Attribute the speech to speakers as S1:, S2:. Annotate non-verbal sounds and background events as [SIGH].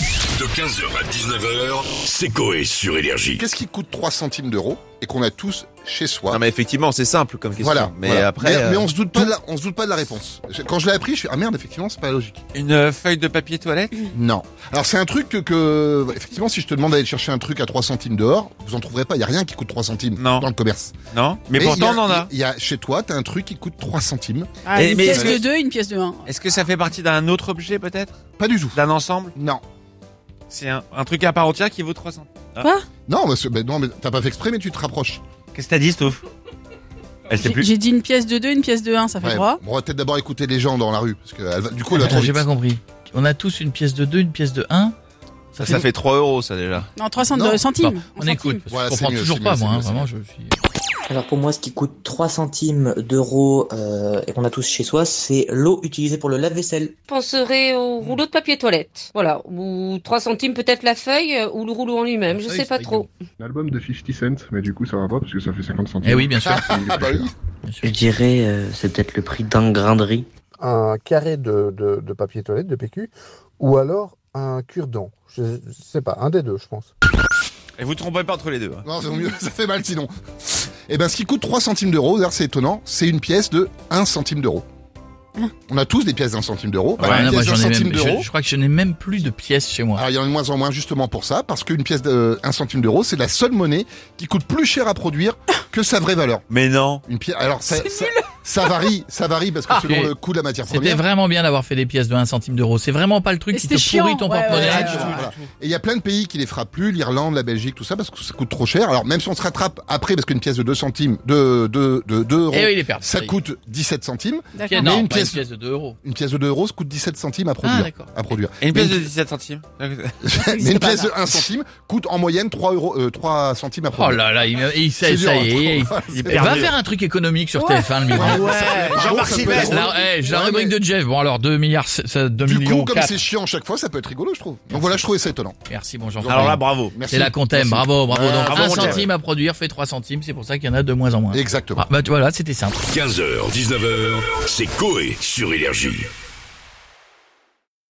S1: De 15h à 19h, c'est Coé sur Énergie.
S2: Qu'est-ce qui coûte 3 centimes d'euros et qu'on a tous chez soi
S3: Non mais effectivement, c'est simple comme question.
S2: Voilà.
S3: mais
S2: voilà.
S3: après,
S2: mais,
S3: euh,
S2: mais on se doute pas, de la, on se doute pas de la réponse. Je- Quand je l'ai appris, je suis ah merde, effectivement, c'est pas logique.
S4: Une euh, feuille de papier toilette
S2: Non. Alors c'est un truc que, que- effectivement, si je te demande d'aller chercher un truc à 3 centimes dehors, vous en trouverez pas. Il y a rien qui coûte 3 centimes
S4: Non.
S2: dans le commerce.
S4: Non. Mais, pourtant,
S2: il y
S4: on en a.
S2: Il y a chez toi, t'as un truc qui coûte 3 centimes.
S5: Ah,
S3: Eh,
S5: une
S3: mais
S5: pièce
S3: est-ce
S5: de 2, une pièce de 1.
S4: Est-ce que ça fait partie d'un autre objet peut-être
S2: Pas du tout.
S4: D'un ensemble
S2: Non.
S4: C'est un, un truc à part entière qui vaut 300.
S2: Non, mais, c'est- mais non, mais t'as pas fait exprès, mais tu te rapproches.
S6: Qu'est-ce que t'as dit, Stouff Elle sait
S5: J'ai
S6: plus.
S5: j'ai dit une pièce de 2, une pièce de 1, ça fait
S2: Ouais,
S5: droit.
S2: on va peut-être d'abord écouter les gens dans la rue, parce que elle va- du coup, elle va trop
S7: Attends, J'ai
S2: vite.
S7: pas compris. On a tous une pièce de 2, une pièce de 1.
S3: ça, ça fait 3 euros ça déjà.
S5: Non, 300
S2: Non.
S5: centimes.
S7: Bon,
S5: En
S7: on
S5: centimes.
S7: écoute. parce que
S2: Voilà,
S7: je comprends
S2: c'est mieux,
S7: toujours
S2: c'est
S7: pas,
S2: mieux,
S7: moi.
S2: c'est
S7: hein,
S2: mieux, c'est
S7: vraiment,
S2: mieux.
S7: je suis.
S8: Alors pour moi, ce qui coûte 3 centimes d'euros euh, et qu'on a tous chez soi, c'est l'eau utilisée pour le lave-vaisselle.
S9: penserai au
S7: Hmm.
S9: rouleau de papier toilette. Voilà. Ou 3 centimes peut-être la feuille euh, ou le rouleau en lui-même. Je
S7: Ça,
S9: sais
S7: c'est
S9: pas
S7: rigolo.
S9: trop.
S10: L'album de 50 Cent, mais du coup ça va pas parce que ça fait 50 centimes.
S7: Eh oui, bien sûr.
S2: Ah, [LAUGHS] bah oui.
S7: bien sûr.
S8: Je dirais, euh, c'est peut-être le prix d'un grain de riz.
S10: Un carré de, de, de papier toilette, de PQ, ou alors un cure-dent. Je, je sais pas, un des deux, je pense.
S4: Et vous trompez pas entre les deux. hein.
S2: Non, c'est mieux, ça fait mal sinon. Eh ben, ce qui coûte 3 centimes d'euros, d'ailleurs, c'est étonnant, c'est une pièce de 1 centime d'euro.
S7: Ah.
S2: On a tous des pièces d'un centime d'euro. Bah,
S7: Ouais,
S2: une
S7: moi,
S2: pièce d'un
S7: j'en ai
S2: centime
S7: même- je,
S2: d'euro.
S7: je crois que je n'ai même plus de pièces chez moi.
S2: Alors, il y en a de moins en moins justement pour ça, parce qu'une pièce de 1 centime d'euro, c'est la seule monnaie qui coûte plus cher à produire que sa vraie valeur.
S4: Mais non.
S2: Une pièce. Alors, ça, ça, ça varie, ça varie parce que
S7: Ah,
S2: selon
S7: mais
S2: le coût de la matière
S7: C'était
S2: première.
S7: vraiment bien d'avoir fait des pièces de 1 centime d'euro. C'est vraiment pas le truc
S5: Et
S7: qui te
S5: c'était
S7: pourrit
S5: chiant,
S7: ton
S5: ouais,
S7: porte-monnaie.
S5: ouais,
S2: Voilà. Et il y a plein de pays qui les frappent plus, l'Irlande, la Belgique, tout ça, parce que ça coûte trop cher. Alors, même si on se rattrape après, parce qu'une pièce de 2 centimes, de, de, de, 2 euros,
S7: Eh oui, il est perdu.
S2: ça coûte 17 centimes.
S5: D'accord.
S7: Pièce-
S2: Mais
S7: non,
S2: une
S7: pas
S2: pièce-
S7: une pièce de 2 euros.
S2: Une pièce de 2 euros, ça coûte 17 centimes à
S7: Ah,
S2: produire.
S7: d'accord.
S2: à
S7: [LAUGHS]
S2: produire.
S4: Et une pièce
S2: Mais-
S4: de 17 centimes
S2: Mais une
S5: pas
S2: pièce de 1 centime coûte en moyenne 3, euros, euh, 3 centimes à
S7: Oh
S2: produire.
S7: là là, il, il- ça,
S2: C'est
S7: ça
S2: dur,
S7: y est. il- il- va faire un truc économique sur
S5: Ouais.
S7: TF1, le migrant.
S2: Jean-Marc Sylvestre.
S7: La, eh, j'ai la
S2: Ouais,
S7: rubrique
S2: mais-
S7: de Jeff. Bon, alors 2 milliards, c'est- ça, 2
S2: Du
S7: millions
S2: coup, comme
S7: quatre.
S2: c'est chiant chaque fois, ça peut être rigolo, je trouve. Donc voilà, je trouvais ça étonnant.
S7: Merci, bon jean
S4: Alors là, bravo.
S2: Merci.
S7: C'est là qu'on t'aime.
S2: Merci.
S7: Bravo, bravo.
S2: Ouais,
S7: Donc
S2: bravo,
S7: 1
S2: mon Jeff.
S7: centime à produire fait 3 centimes. C'est pour ça qu'il y en a de moins en moins.
S2: Exactement.
S7: Ah, bah tu- voilà, c'était simple.
S1: 15h, 19h, c'est Coé sur Énergie.